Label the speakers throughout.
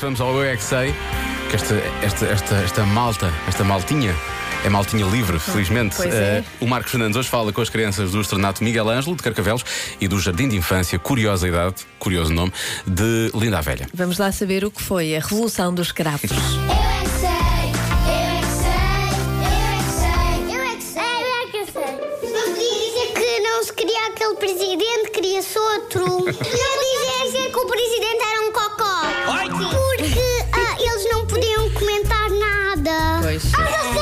Speaker 1: Vamos ao Eu é que sei, que esta, esta, esta, esta malta, esta maltinha. É maltinha livre, felizmente.
Speaker 2: Pois é.
Speaker 1: Eh, o Marcos Fernandes hoje fala com as crianças do Estrenato Miguel Ângelo, de Carcavelos, e do Jardim de Infância, curiosa idade, curioso nome, de Linda a Velha.
Speaker 2: Vamos lá saber o que foi a Revolução dos Cravos.
Speaker 3: Eu é que sei, eu é que sei, eu é que sei, eu é que sei, eu é que sei, eu é que sei. Não podia dizer que não se queria aquele presidente, queria-se outro. Não podia dizer que o presidente era um cocó. Porque ah, eles não podiam comentar nada.
Speaker 2: Pois.
Speaker 3: Ah, eu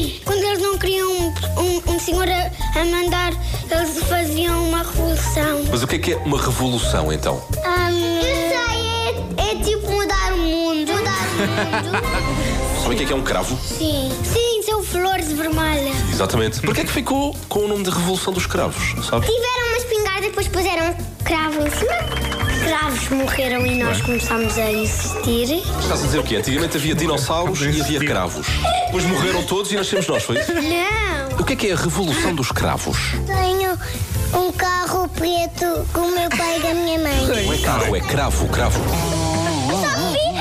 Speaker 3: sei! Quando eles não queriam um, um- um senhor a, a mandar, eles faziam uma revolução.
Speaker 4: Mas o que é que é uma revolução então?
Speaker 3: eu sei, é, é tipo mudar o mundo. Mudar o mundo.
Speaker 4: Sabe o que é que é um cravo?
Speaker 3: Sim. Sim, são flores vermelhas.
Speaker 4: Exatamente. Porquê é que ficou com o nome de Revolução dos Cravos? Sabe?
Speaker 3: Tiveram uma espingarda e depois puseram cravo em cima. Cravos morreram e nós começámos a insistir.
Speaker 4: Estás a dizer o quê? Antigamente havia dinossauros e havia cravos. Depois morreram todos e nascemos nós, foi isso?
Speaker 3: Não!
Speaker 4: O que é que é a Revolução dos Cravos?
Speaker 3: Tenho um carro preto com o meu pai e da minha mãe.
Speaker 4: Não é carro, é cravo, cravo.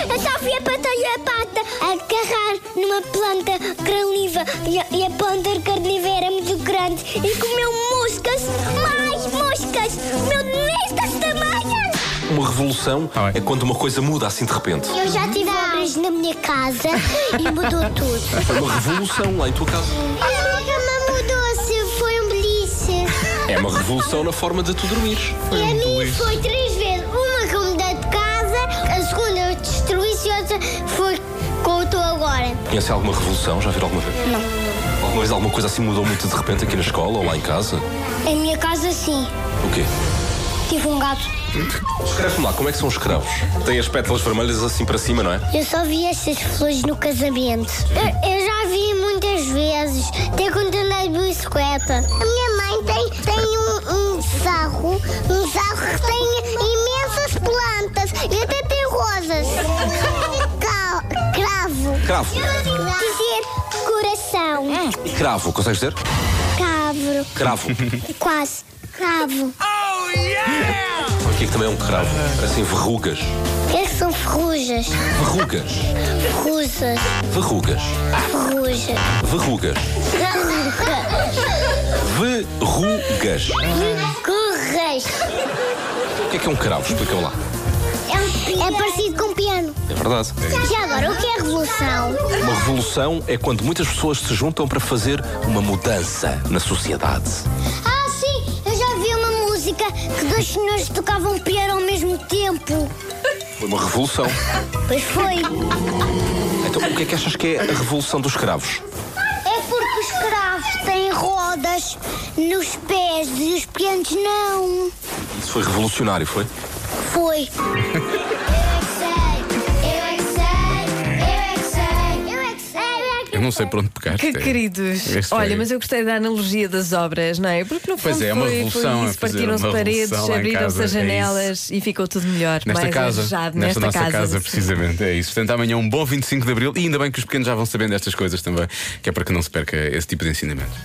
Speaker 3: A Sofia bateu a pata a agarrar numa planta graniva e a, e a planta graniva era muito grande e comeu moscas, mais moscas, meu nestas tamanhas!
Speaker 4: Uma revolução
Speaker 1: Ah, é.
Speaker 4: é quando uma coisa muda assim de repente.
Speaker 3: Eu já tive obras na minha casa e mudou tudo.
Speaker 4: Foi É uma revolução lá em tua casa.
Speaker 3: A minha cama mudou-se, foi um beliche.
Speaker 4: É uma revolução na forma de tu dormires.
Speaker 3: E a minha foi três vezes. Uma que eu mudei de casa, a segunda eu destruí e a outra foi com o estou agora.
Speaker 4: Conhece alguma revolução? Já viram alguma vez? Não. Alguma vez alguma coisa assim mudou muito de repente aqui na escola ou lá em casa?
Speaker 3: A minha casa, sim.
Speaker 4: O quê?
Speaker 3: Tive um gato.
Speaker 4: Escreve-me lá, como é que são os cravos? Tem as pétalas vermelhas assim para cima, não é?
Speaker 3: Eu só vi estas flores no casamento. Eu, eu já vi muitas vezes. Até quando andei de bicicleta. A minha mãe tem, tem um, um sarro. Um sarro que tem imensas plantas. E até tem rosas. Cal, cravo.
Speaker 4: Cravo.
Speaker 3: Dizer coração.
Speaker 4: Cravo, consegues dizer?
Speaker 3: Cavro.
Speaker 4: Cravo.
Speaker 3: Quase. Cravo.
Speaker 4: O que é que também é um cravo? Assim, verrugas.
Speaker 3: O que é que são ferrujas?
Speaker 4: Verrugas.
Speaker 3: Russas.
Speaker 4: Verrugas.
Speaker 3: Ferrujas.
Speaker 4: Verrugas. Verrugas.
Speaker 3: Corras.
Speaker 4: O que é que é um cravo? Explica-me lá.
Speaker 3: É parecido com um piano.
Speaker 4: É verdade.
Speaker 3: Já agora, o que é revolução?
Speaker 4: Uma revolução é quando muitas pessoas se juntam para fazer uma mudança na sociedade.
Speaker 3: Ah, sim, eu já vi uma música que dois senhores tocavam piano ao mesmo tempo.
Speaker 4: Foi uma revolução.
Speaker 3: Pois foi.
Speaker 4: Então, o que é que achas que é a revolução dos cravos?
Speaker 3: É porque os cravos têm rodas nos pés e os pianos não.
Speaker 4: Isso foi revolucionário, foi?
Speaker 3: Foi. Eu é que sei, eu é que sei, eu é que sei, eu é que sei.
Speaker 1: Eu não sei por onde pegar.
Speaker 2: Que
Speaker 1: É.
Speaker 2: queridos!
Speaker 1: Este foi-
Speaker 2: Olha, mas eu gostei da analogia das obras, não é? Porque no fundo
Speaker 1: Pois é, é uma
Speaker 2: foi, foi
Speaker 1: revolução, é
Speaker 2: isso,
Speaker 1: fazer
Speaker 2: partiram-se
Speaker 1: uma
Speaker 2: paredes,
Speaker 1: revolução lá em
Speaker 2: abriram-se
Speaker 1: casa,
Speaker 2: as
Speaker 1: é
Speaker 2: janelas e ficou tudo melhor,
Speaker 1: Nesta
Speaker 2: mais
Speaker 1: casa,
Speaker 2: arejado
Speaker 1: nesta,
Speaker 2: nesta
Speaker 1: nossa casa,
Speaker 2: sim.
Speaker 1: precisamente, é isso. Portanto, amanhã é um bom 25 de Abril e ainda bem que os pequenos já vão sabendo destas coisas também, que é para que não se perca esse tipo de ensinamento.